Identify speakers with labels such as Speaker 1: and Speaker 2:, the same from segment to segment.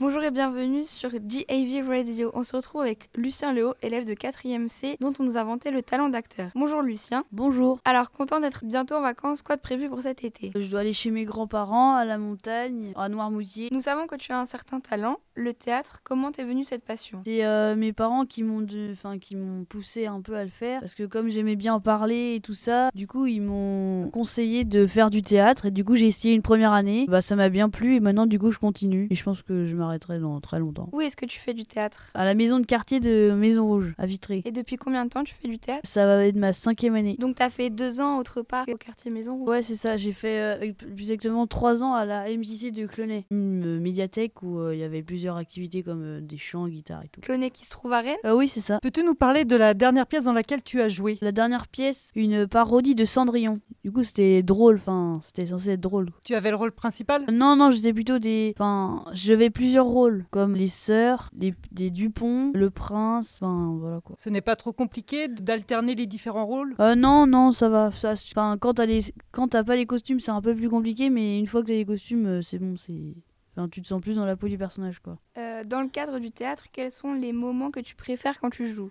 Speaker 1: Bonjour et bienvenue sur DAV Radio. On se retrouve avec Lucien Léo, élève de 4e C, dont on nous a vanté le talent d'acteur. Bonjour Lucien.
Speaker 2: Bonjour.
Speaker 1: Alors, content d'être bientôt en vacances, quoi de prévu pour cet été
Speaker 2: Je dois aller chez mes grands-parents, à la montagne, à Noirmoutier.
Speaker 1: Nous savons que tu as un certain talent, le théâtre. Comment t'es venue cette passion
Speaker 2: C'est euh, mes parents qui m'ont de- enfin, qui m'ont poussé un peu à le faire parce que comme j'aimais bien en parler et tout ça, du coup ils m'ont conseillé de faire du théâtre et du coup j'ai essayé une première année. Bah ça m'a bien plu et maintenant du coup je continue et je pense que je m'arrêterai dans très longtemps.
Speaker 1: Où est-ce que tu fais du théâtre
Speaker 2: À la maison de quartier de Maison Rouge à Vitré.
Speaker 1: Et depuis combien de temps tu fais du théâtre
Speaker 2: Ça va être ma cinquième année.
Speaker 1: Donc, t'as fait deux ans autre part au quartier Maison Rouge.
Speaker 2: Ouais, c'est ça. J'ai fait euh, plus exactement trois ans à la MJC de Clonay, une euh, médiathèque où euh, il y avait plusieurs activités comme euh, des chants, guitare et tout.
Speaker 1: Cloné qui se trouve à Rennes.
Speaker 2: Ah oui, c'est ça.
Speaker 3: Peux-tu nous parler de la dernière pièce dans laquelle tu as joué
Speaker 2: La dernière pièce, une parodie de Cendrillon. Du coup, c'était drôle, enfin, c'était censé être drôle. Euh,
Speaker 3: Tu avais le rôle principal
Speaker 2: Non, non, j'étais plutôt des. Enfin, j'avais plusieurs rôles, comme les sœurs, les, des Dupont, le prince, enfin, voilà quoi.
Speaker 3: Ce n'est pas trop compliqué d'alterner les différents rôles
Speaker 2: Euh, non, non, ça va. Ça, su- enfin, quand t'as les... quand t'as pas les costumes, c'est un peu plus compliqué, mais une fois que t'as les costumes, euh, c'est bon, c'est. Enfin, tu te sens plus dans la peau du personnage, quoi.
Speaker 1: Euh, dans le cadre du théâtre, quels sont les moments que tu préfères quand tu joues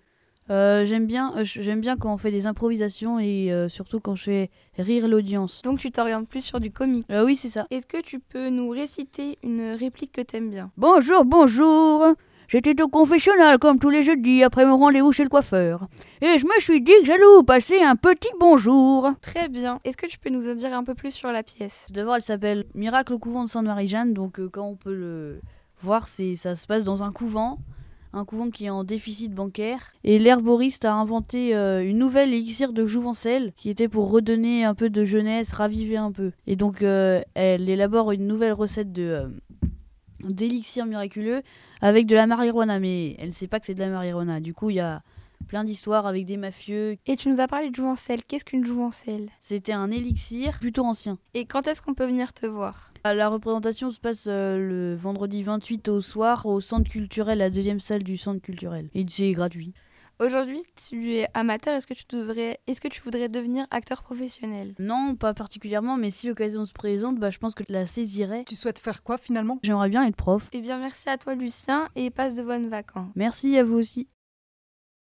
Speaker 2: Euh, j'aime bien, euh, j- j'aime bien quand on fait des improvisations et euh, surtout quand je fais rire l'audience.
Speaker 1: Donc, tu t'orientes plus sur du comique.
Speaker 2: Euh, oui, c'est ça.
Speaker 1: Est-ce que tu peux nous réciter une réplique que t'aimes bien
Speaker 2: Bonjour, bonjour. J'étais au confessionnal comme tous les jeudis après mon rendez-vous chez le coiffeur. Et je me suis dit que j'allais vous passer un petit bonjour.
Speaker 1: Très bien. Est-ce que tu peux nous en dire un peu plus sur la pièce
Speaker 2: D'abord, elle s'appelle Miracle au couvent de Sainte-Marie-Jeanne. Donc, euh, quand on peut le voir, c'est ça se passe dans un couvent. Un couvent qui est en déficit bancaire. Et l'herboriste a inventé euh, une nouvelle élixir de jouvencelle qui était pour redonner un peu de jeunesse, raviver un peu. Et donc, euh, elle élabore une nouvelle recette de. euh, d'élixir miraculeux avec de la marijuana mais elle sait pas que c'est de la marijuana du coup il y a plein d'histoires avec des mafieux
Speaker 1: Et tu nous as parlé de jouvencelle. Qu'est-ce qu'une jouvencelle
Speaker 2: c'était un élixir plutôt ancien
Speaker 1: Et quand est-ce qu'on peut venir te voir
Speaker 2: Ah, La représentation se passe euh, le vendredi 28 au soir au centre culturel, la deuxième salle du centre culturel. Et c'est gratuit.
Speaker 1: Aujourd'hui, tu es amateur. Est-ce que tu devrais, est-ce que tu voudrais devenir acteur professionnel
Speaker 2: Non, pas particulièrement, mais si l'occasion se présente, bah, je pense que je la saisirai.
Speaker 3: Tu souhaites faire quoi finalement
Speaker 2: J'aimerais bien être prof.
Speaker 1: Eh bien, merci à toi, Lucien, et passe de bonnes vacances.
Speaker 2: Merci à vous aussi.